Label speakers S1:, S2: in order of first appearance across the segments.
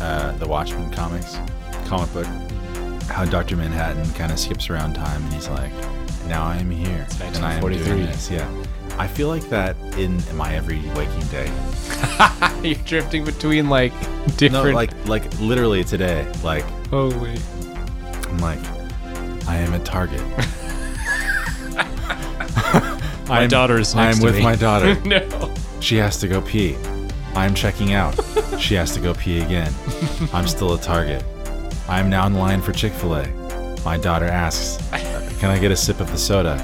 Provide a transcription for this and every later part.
S1: uh, Watchmen comics, comic book, how Doctor Manhattan kind of skips around time and he's like, "Now I am here,
S2: It's
S1: and I am doing
S2: 1943.
S1: this." Yeah, I feel like that in my every waking day.
S2: You're drifting between like different. Oh,
S1: No, like like literally today, like
S2: holy.
S1: I'm like, I am at Target. my
S2: daughter is next
S1: I'm
S2: to
S1: with
S2: me.
S1: my daughter.
S2: No.
S1: She has to go pee. I'm checking out. she has to go pee again. I'm still a target. I'm now in line for Chick fil A. My daughter asks, Can I get a sip of the soda?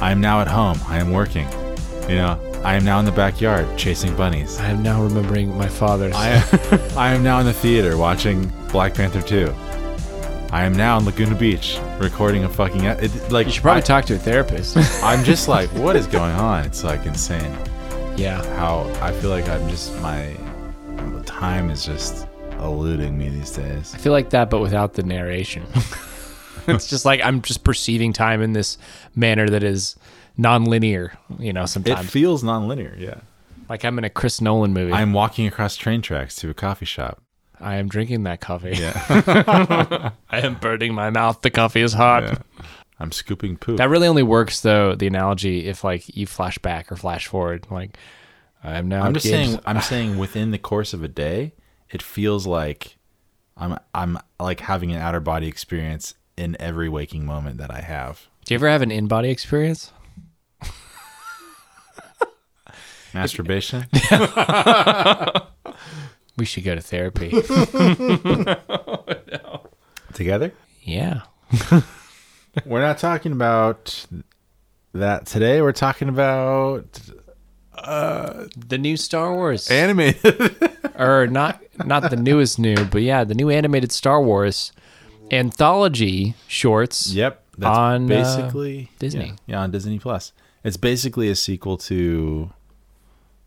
S1: I am now at home. I am working. You know, I am now in the backyard chasing bunnies.
S2: I am now remembering my father's.
S1: I am, I am now in the theater watching Black Panther 2. I am now in Laguna Beach recording a fucking. e- It, like,
S2: you should probably
S1: I-
S2: talk to a therapist.
S1: I'm just like, what is going on? It's like insane
S2: yeah.
S1: how I feel like I'm just my time is just eluding me these days.
S2: I feel like that, but without the narration. it's just like I'm just perceiving time in this manner that is non-linear. You know,
S1: It
S2: sometimes
S1: feels nonlinear. Yeah,
S2: like I'm in a Chris Nolan movie. I'm,
S1: I'm walking across train tracks to a coffee shop.
S2: drinking that coffee.
S1: Yeah,
S2: I am burning my mouth. The coffee is hot.
S1: Yeah. I'm scooping poop.
S2: That really only works though. The analogy, if like you flash back or flash forward, like I'm now.
S1: I'm just
S2: Gibbs.
S1: saying. I'm saying within the course of a day, it feels like I'm I'm like having an outer body experience in every waking moment that I have.
S2: Do you ever have an in-body experience?
S1: Masturbation.
S2: We should go to therapy.
S1: Together.
S2: yeah.
S1: We're not talking about that today. We're talking about
S2: The new Star Wars.
S1: anime.
S2: or not not the newest new, but yeah, the new animated Star Wars anthology shorts.
S1: Yep. That's
S2: on, uh,
S1: basically
S2: Disney.
S1: Yeah, yeah, on Disney Plus. It's basically a sequel to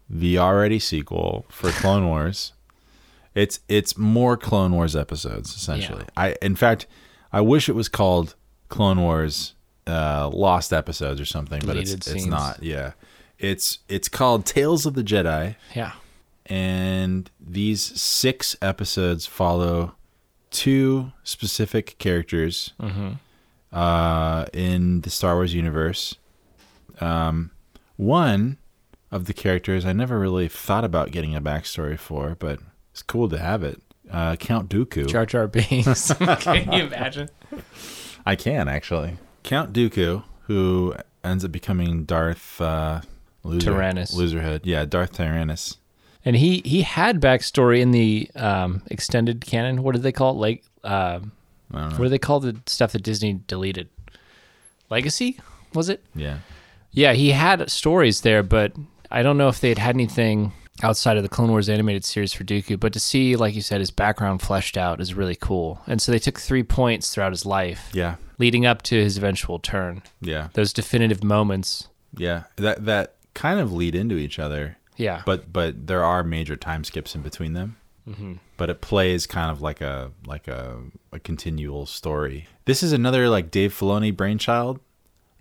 S1: the already sequel for Clone Wars. It's it's more Clone Wars episodes essentially. I in fact, I wish it was called Clone Wars uh, Lost Episodes or something, but it's
S2: Deleted
S1: it's
S2: scenes.
S1: not. Yeah, it's it's called Tales of the Jedi
S2: Yeah.
S1: and these six episodes follow two specific characters uh, in the Star Wars universe. Um, one of the characters I never really thought about getting a backstory for, but it's cool to have it. Uh, Count Dooku.
S2: Jar Jar Binks. Can you imagine?
S1: I can actually. Count Dooku, who ends up becoming Darth uh, loser,
S2: Tyrannus.
S1: Loserhead. Yeah, Darth Tyrannus.
S2: And he he had backstory in the um, extended canon. What did they call it? Like um, what do they call the stuff that Disney deleted? Legacy was it?
S1: Yeah.
S2: Yeah, he had stories there, but I don't know if they had had anything outside of the Clone Wars animated series for Dooku. But to see, like you said, his background fleshed out is really cool. And so they took three points throughout his life,
S1: Yeah.
S2: leading up to his eventual turn.
S1: Yeah.
S2: Those definitive moments.
S1: Yeah, that that kind of lead into each other,
S2: Yeah.
S1: but but there are major time skips in between them. But it plays kind of like a like a, a continual story. This is another like Dave Filoni brainchild.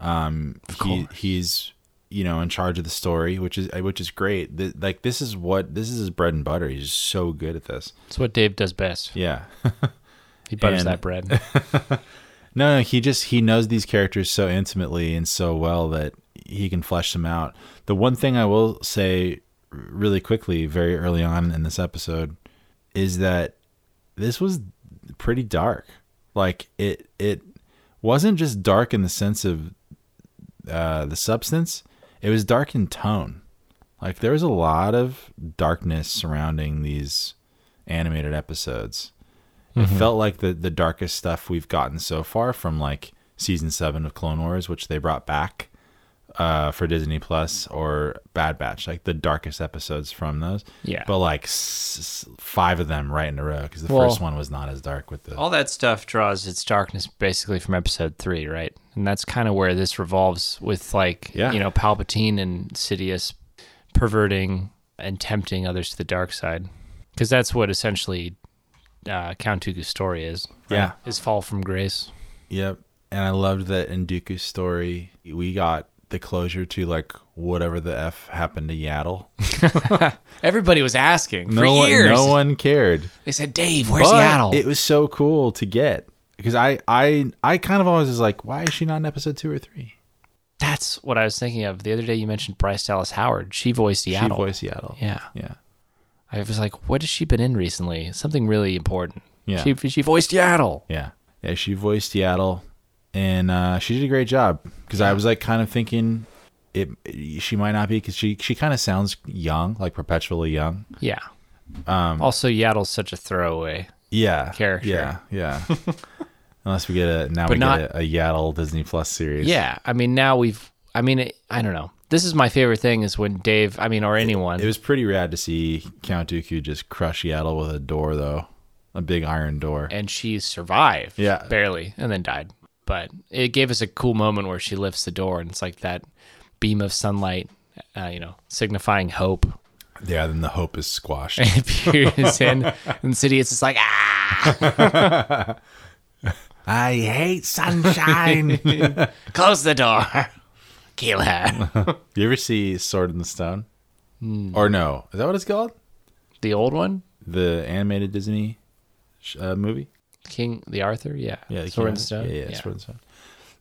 S1: Um, he he's you know in charge of the story, which is which is great. Th like this is what this is his bread and butter. He's so good at this.
S2: it's what Dave does best.
S1: Yeah.
S2: He butters
S1: And-
S2: that bread.
S1: No, no, he just he knows these characters so intimately and so well that he can flesh them out. The one thing I will say really quickly, very early on in this episode, is that this was pretty dark. Like it it wasn't just dark in the sense of uh, the substance; it was dark in tone. Like there was a lot of darkness surrounding these animated episodes. It felt like the the darkest stuff we've gotten so far from like season seven of Clone Wars, which they brought back uh, for Disney Plus, or Bad Batch, like the darkest episodes from those.
S2: Yeah.
S1: but like s- s- five of them right in a row because the
S2: Well-
S1: first one was not as dark with the.
S2: All that stuff draws its darkness basically from episode three, right? And that's kind of where this revolves with, like,
S1: Yeah.
S2: you know, Palpatine and Sidious perverting and tempting others to the dark side. Because that's what essentially uh, Count Dooku's story is. right?
S1: Yeah.
S2: His fall from grace.
S1: Yep, and I loved that in Dooku's story we got the closure to like whatever the f happened to Yaddle.
S2: Everybody was asking
S1: No
S2: for
S1: one,
S2: years.
S1: no one cared.
S2: They said, "Dave, where's
S1: But
S2: Yaddle?"
S1: It was so cool to get because I, I, I kind of always was like, why is she not in episode two or three?
S2: That's what I was thinking of. The other day, you mentioned Bryce Dallas Howard. She voiced
S1: She
S2: Yaddle.
S1: voiced Yaddle.
S2: yeah,
S1: yeah.
S2: I was like, "What has she been in recently? Something really important."
S1: Yeah.
S2: she she voiced Yaddle.
S1: Yeah. Yeah, she voiced Seattle and uh, she did a great job cuz I was like kind of thinking it she might not be cuz she she kind of sounds young, like perpetually young.
S2: Yeah.
S1: Um,
S2: also, Yaddle's such a throwaway.
S1: Yeah.
S2: Character.
S1: Yeah. Yeah. Unless we get a now we
S2: not-
S1: get a, a Yaddle Disney Plus series.
S2: Yeah, I mean, now we've. I mean, it, I don't know. This is my favorite thing is when Dave. I mean, or anyone.
S1: It was pretty rad to see Count Dooku just crush Yaddle with a door though. A big iron door.
S2: and she survived.
S1: Yeah.
S2: Barely, and then died. But it gave us a cool moment where she lifts the door, and it's like that beam of sunlight, uh, you know, signifying hope.
S1: Yeah, then the hope is squashed.
S2: appears in, and Sidious is like, ah,
S1: I hate sunshine. you
S2: close the door, kill her.
S1: ever see Sword in the Stone?
S2: Hmm.
S1: Or no. Is that what it's called?
S2: the old one,
S1: the animated Disney sh- uh, movie.
S2: King the Arthur, yeah,
S1: the
S2: Sword and
S1: King-
S2: Stone,
S1: Yeah, yeah, Sword and Stone.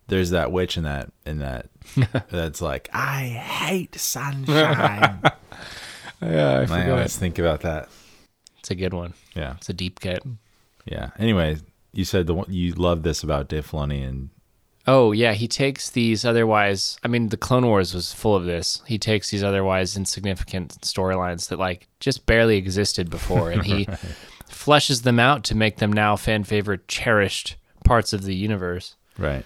S1: There's that witch in that in that that's like I hate sunshine.
S2: Yeah, I
S1: And I always think about that.
S2: It's a good one.
S1: Yeah,
S2: It's a deep cut.
S1: yeah. Anyway, you said the one, you love this about Dave Filoni, and
S2: Oh yeah, he takes these otherwise. I mean, the Clone Wars was full of this. He takes these otherwise insignificant storylines that like just barely existed before, and he fleshes them out to make them now fan favorite, cherished parts of the universe.
S1: right.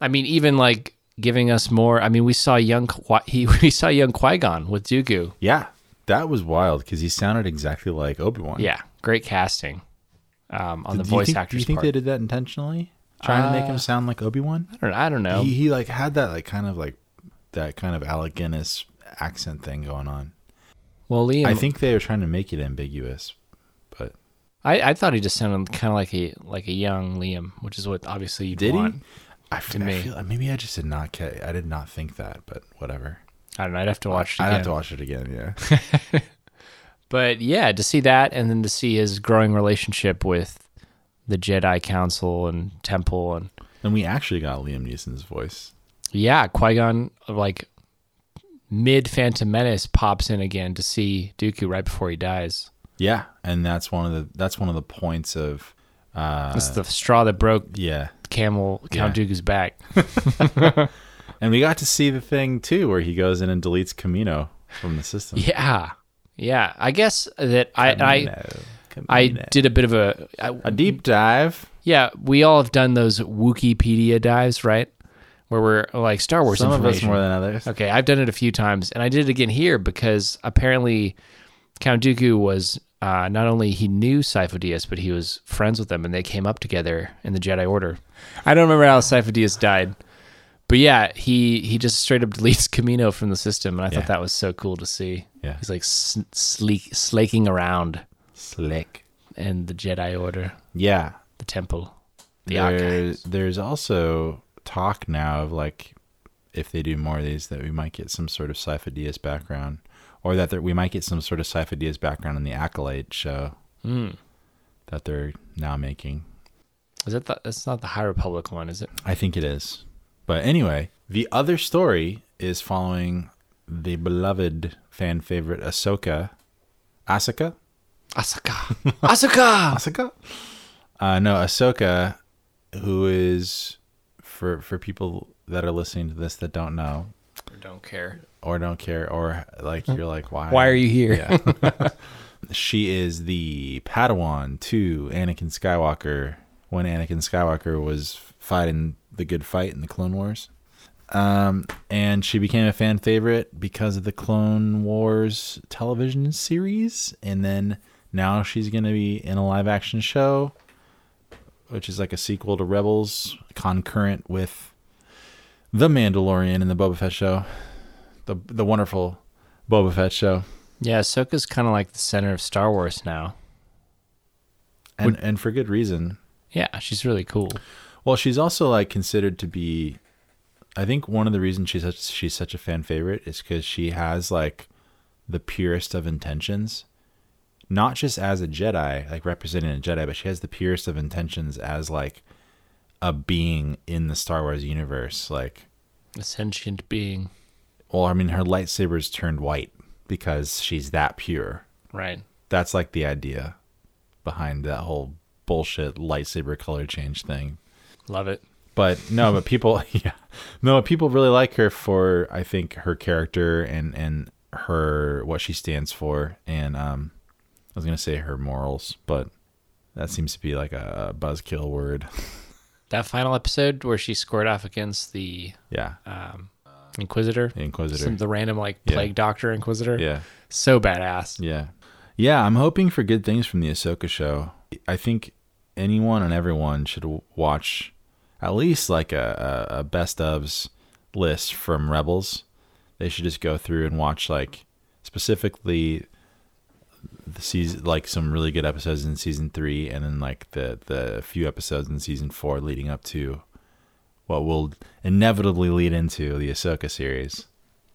S2: I mean, even like giving us more. I mean, we saw young Qui- he we saw young Qui Gon with Dooku.
S1: Yeah, that was wild because he sounded exactly like Obi Wan.
S2: Yeah, great casting um, on the
S1: Do you
S2: voice
S1: think, Do
S2: actors
S1: you think
S2: part.
S1: they did that intentionally, trying to make him sound like Obi Wan?
S2: I, don't, I don't know.
S1: He, he like had that like kind of like that kind of Alec Guinness accent thing going on.
S2: well, Liam,
S1: I think they were trying to make it ambiguous, but
S2: I, I thought he just sounded kind of like a like a young Liam, which is what obviously you
S1: did
S2: want.
S1: he? I, f-
S2: to
S1: I
S2: me.
S1: feel maybe I just did not catch. I did not think that, but whatever.
S2: I don't know. I'd have to watch it
S1: I'd
S2: again.
S1: have to watch it again. Yeah,
S2: But yeah, to see that and then to see his growing relationship with the Jedi Council and Temple and
S1: and we actually got Liam Neeson's voice.
S2: yeah, Qui Gon like mid Phantom Menace pops in again to see Dooku right before he dies.
S1: Yeah, and that's one of the that's one of the points of uh,
S2: That's the straw that broke
S1: yeah.
S2: Camel Count Dooku's back.
S1: And we got to see the thing too, where he goes in and deletes Camino from the system.
S2: Yeah, yeah. I guess that I I,
S1: Camino, Camino.
S2: I did a bit of a I,
S1: a deep dive.
S2: yeah. We all have done those Wikipedia dives, right? Where we're like Star Wars.
S1: Some of us
S2: information.
S1: more than others.
S2: Okay, I've done it a few times, and I did it again here because apparently Count Dooku was uh, not only he knew Sifo Dyas, but he was friends with them, and they came up together in the Jedi Order. I don't remember how Sifo Dyas died, but yeah, he he just straight up deletes Camino from the system, and I
S1: Yeah.
S2: thought that was so cool to see.
S1: Yeah.
S2: he's like s- sleek, slaking around
S1: Slick.
S2: in the Jedi Order,
S1: Yeah,
S2: the temple, the archive.
S1: there's, there's also talk now of like if they do more of these that we might get some sort of Syphidias background or that there, we might get some sort of Syphidias background in the Acolyte show that they're now making.
S2: Is that the, that's not the High Republic one, is it?
S1: I think it is. But anyway, the other story is following the beloved fan favorite Ahsoka. Asuka?
S2: Asuka, Asuka.
S1: Asuka? Uh, no, Ahsoka, who is, for, for people that are listening to this that don't know,
S2: don't care.
S1: or don't care or like you're like why
S2: Hmm. Why are you here?
S1: she is the padawan to anakin skywalker when anakin skywalker was fighting the good fight in the clone wars um, and she became a fan favorite because of the clone wars television series and then now she's going to be in a live action show which is like a sequel to rebels concurrent with the mandalorian and the boba fett show the, the wonderful boba fett show
S2: Yeah, Ahsoka's kind of like the center of Star Wars now.
S1: and, and for good reason.
S2: Yeah, she's really cool.
S1: Well, she's also like considered to be I think one of the reasons she's such, she's such a fan favorite is because she has like the purest of intentions, not just as a Jedi, like representing a Jedi, but she has the purest of intentions as like a being in the Star Wars universe. Like,
S2: a sentient being.
S1: well, I mean, her lightsaber's turned white because she's that pure.
S2: Right.
S1: That's like the idea behind that whole bullshit lightsaber color change thing.
S2: Love it.
S1: but no but people yeah no but people really like her for i think her character and and her what she stands for and um i was gonna say her morals but that seems to be like a, a buzzkill word
S2: That final episode where she scored off against the um,
S1: yeah
S2: Inquisitor,
S1: inquisitor
S2: Some, the random like
S1: Yeah.
S2: plague doctor Inquisitor.
S1: yeah
S2: So badass.
S1: Yeah. Yeah, I'm hoping for good things from the Ahsoka show. I think anyone and everyone should w- watch at least like a, a, a best ofs list from Rebels. They should just go through and watch like specifically the season, like some really good episodes in season three, and then like the the few episodes in season four leading up to what will inevitably lead into the Ahsoka series.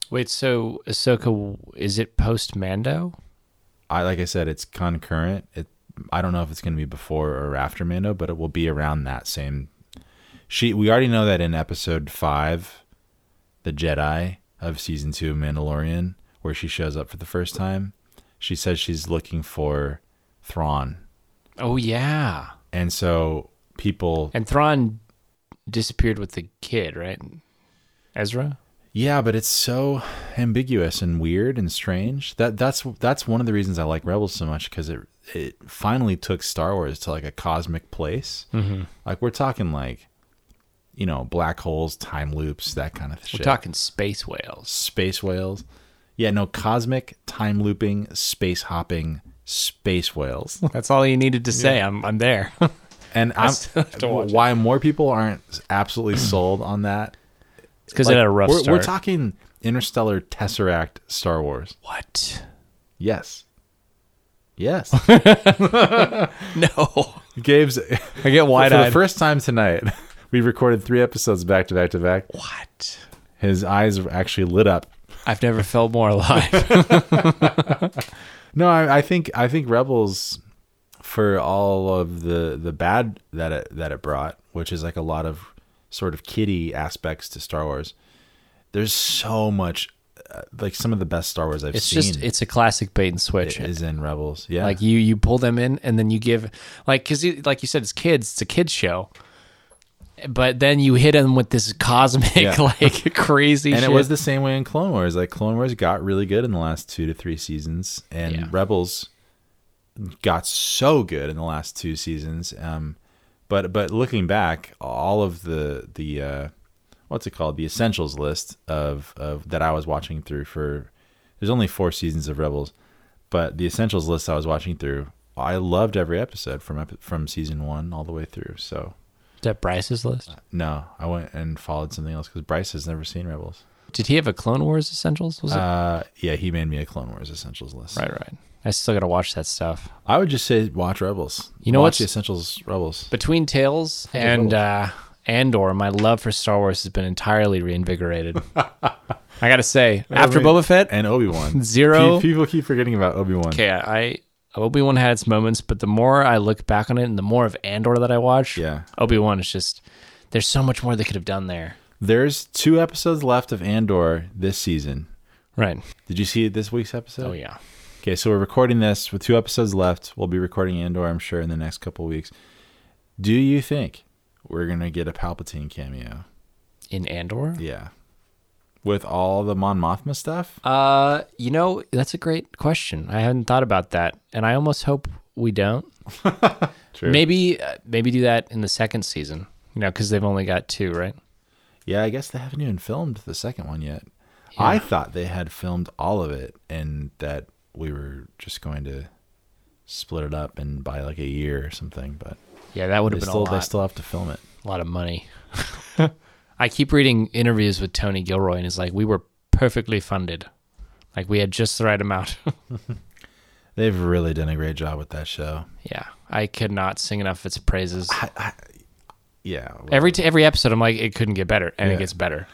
S2: Wait, so Ahsoka is it post Mando?
S1: I like I said, it's concurrent. It I don't know if it's going to be before or after Mando, but it will be around that same. She we already know that in episode five, the Jedi of season two of Mandalorian, where she shows up for the first time, she says she's looking for Thrawn,
S2: Oh yeah.
S1: and so people.
S2: And Thrawn disappeared with the kid, right? Ezra?
S1: Yeah, but it's so ambiguous and weird and strange. That that's that's one of the reasons I like Rebels so much because it it finally took Star Wars to like a cosmic place. Mm-hmm. Like we're talking like, you know, black holes, time loops, that kind of shit.
S2: We're talking space whales.
S1: space whales. Yeah, no cosmic time looping, space hopping, space whales.
S2: That's all you needed to say. I'm I'm there.
S1: And I'm,
S2: still have to watch it.
S1: why more people aren't absolutely sold on that?
S2: It's because
S1: Like,
S2: it had a rough
S1: we're,
S2: start.
S1: we're talking interstellar tesseract Star Wars.
S2: what?
S1: Yes. Yes.
S2: No.
S1: Gabe's
S2: I get
S1: for
S2: wide
S1: the
S2: eyed.
S1: first time tonight. We recorded three episodes back to back to back.
S2: what?
S1: His eyes were actually lit up.
S2: I've never felt more alive.
S1: No, I, I think I think Rebels, for all of the the bad that it that it brought, which is like a lot of sort of kiddie aspects to Star Wars. There's so much, uh, like some of the best Star Wars I've
S2: It's
S1: seen.
S2: just it's a classic bait and switch.
S1: is in Rebels. Yeah,
S2: Like you you pull them in and then you give like cuz like you said it's kids, it's a kids show. But then you hit them with this cosmic
S1: Yeah.
S2: like crazy
S1: and
S2: shit.
S1: it was the same way in Clone Wars. Like Clone Wars got really good in the last two to three seasons, and
S2: Yeah.
S1: Rebels got so good in the last two seasons. Um, but but looking back, all of the the uh, what's it called the essentials list of of that I was watching through for there's only four seasons of Rebels, but the essentials list I was watching through, I loved every episode from epi- from season one all the way through. So
S2: that Bryce's list.
S1: no, I went and followed something else because Bryce has never seen Rebels.
S2: Did he have a Clone Wars essentials? Was it?
S1: Uh, yeah, he made me a Clone Wars Essentials list.
S2: right, right. I still got to watch that stuff.
S1: I would just say watch Rebels.
S2: You know
S1: watch
S2: what's-
S1: the Essentials Rebels.
S2: Between Tales and uh, Andor, my love for Star Wars has been entirely reinvigorated. I got to say, after
S1: mean-
S2: Boba Fett,
S1: and Obi Wan
S2: Zero-
S1: People keep forgetting about Obi Wan.
S2: okay, I Obi Wan had its moments, but the more I look back on it, and the more of Andor that I watch,
S1: Yeah.
S2: Obi Wan is just there's so much more they could have done there.
S1: There's two episodes left of Andor this season.
S2: Right?
S1: Did you see this week's episode?
S2: Oh yeah.
S1: Okay, so we're recording this with two episodes left. We'll be recording Andor, I'm sure, in the next couple weeks. Do you think we're gonna get a Palpatine cameo?
S2: In Andor,
S1: Yeah. With all the Mon Mothma stuff,
S2: Uh, you know, that's a great question. I hadn't thought about that, and I almost hope we don't.
S1: True.
S2: Maybe, uh, maybe do that in the second season. You know, because they've only got two, right?
S1: Yeah, I guess they haven't even filmed the second one yet. I thought they had filmed all of it and that we were just going to split it up and by like a year or something, but
S2: Yeah, that would
S1: they
S2: have been
S1: still
S2: a
S1: they
S2: lot,
S1: still have to film it.
S2: a lot of money. I keep reading interviews with Tony Gilroy, and he's like, "We were perfectly funded. Like, we had just the right amount."
S1: They've really done a great job with that show.
S2: yeah, I could not sing enough its praises.
S1: Yeah. well,
S2: Every t- every episode, I'm like, it couldn't get better, and
S1: Yeah.
S2: it gets better.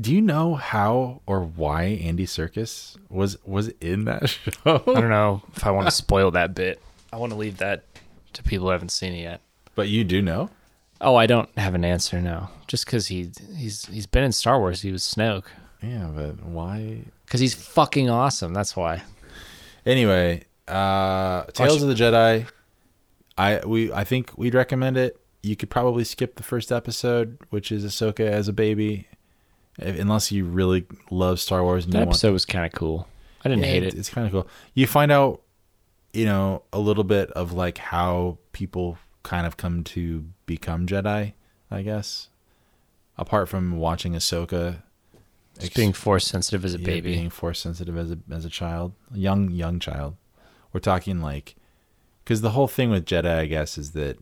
S1: Do you know how or why Andy Circus was was in that show?
S2: I don't know if I want to spoil that bit. I want to leave that to people who haven't seen it yet.
S1: but you do know.
S2: Oh, I don't have an answer now. Just because he he's he's been in Star Wars, he was Snoke.
S1: Yeah, but why?
S2: Because he's fucking awesome. That's why.
S1: Anyway, uh Tales of the Jedi. I we I think we'd recommend it. You could probably skip the first episode, which is Ahsoka as a baby, if- unless you really love Star Wars and
S2: That
S1: you want
S2: episode was kind of cool. I didn't
S1: Yeah,
S2: hate
S1: it's-
S2: it.
S1: It's kind of cool. You find out, you know, a little bit of like how people kind of come to become Jedi, I guess. Apart from watching Ahsoka
S2: Just being force sensitive as a
S1: yeah,
S2: baby.
S1: being force sensitive as a as a child, young young child. We're talking like because the whole thing with Jedi, I guess, is that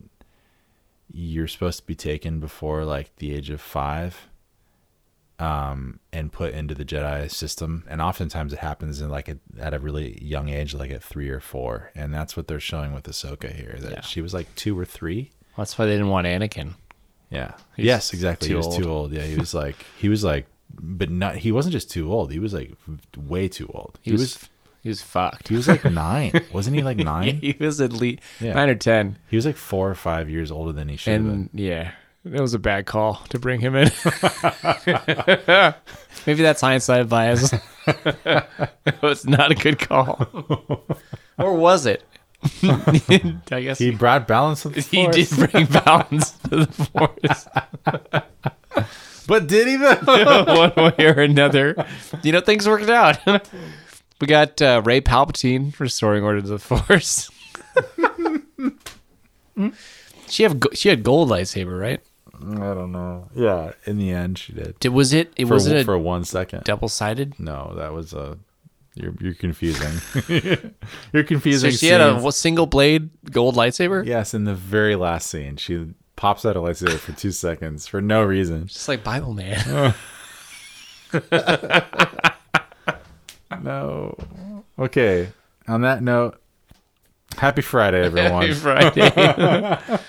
S1: you're supposed to be taken before like the age of five, um, and put into the Jedi system. And oftentimes it happens in like a, at a really young age, like at three or four, and that's what they're showing with Ahsoka here. That
S2: Yeah.
S1: she was like two or three.
S2: That's why they didn't want Anakin.
S1: Yeah.
S2: He's
S1: yes, exactly. he
S2: too
S1: was
S2: old.
S1: too old. Yeah, he was like he was like but not he wasn't just too old. He was like way too old.
S2: He, was, he was fucked.
S1: he was like 9. Wasn't he like 9?
S2: he was at least
S1: Yeah.
S2: nine or ten,
S1: He was like 4 or 5 years older than he should have been.
S2: and yeah, it was a bad call to bring him in. Maybe that's hindsight bias. it was not a good call, or was it? I guess
S1: He brought balance to the
S2: he
S1: force.
S2: did bring balance to the force
S1: But did he though?
S2: one way or another. You know, things worked out. we got uh, Ray Palpatine restoring order to the force. she have go- she had gold lightsaber, right?
S1: I don't know. Yeah, in the end she did.
S2: Did was it? It
S1: For,
S2: was it
S1: for 1 second.
S2: double sided.
S1: No, that was a you're you're confusing. you're confusing.
S2: So she had a
S1: scenes.
S2: what, single blade gold lightsaber.
S1: Yes, in the very last scene she pops out a lightsaber for 2 seconds for no reason.
S2: Just like Bible man.
S1: No. Okay. On that note, happy Friday, everyone.
S2: Friday.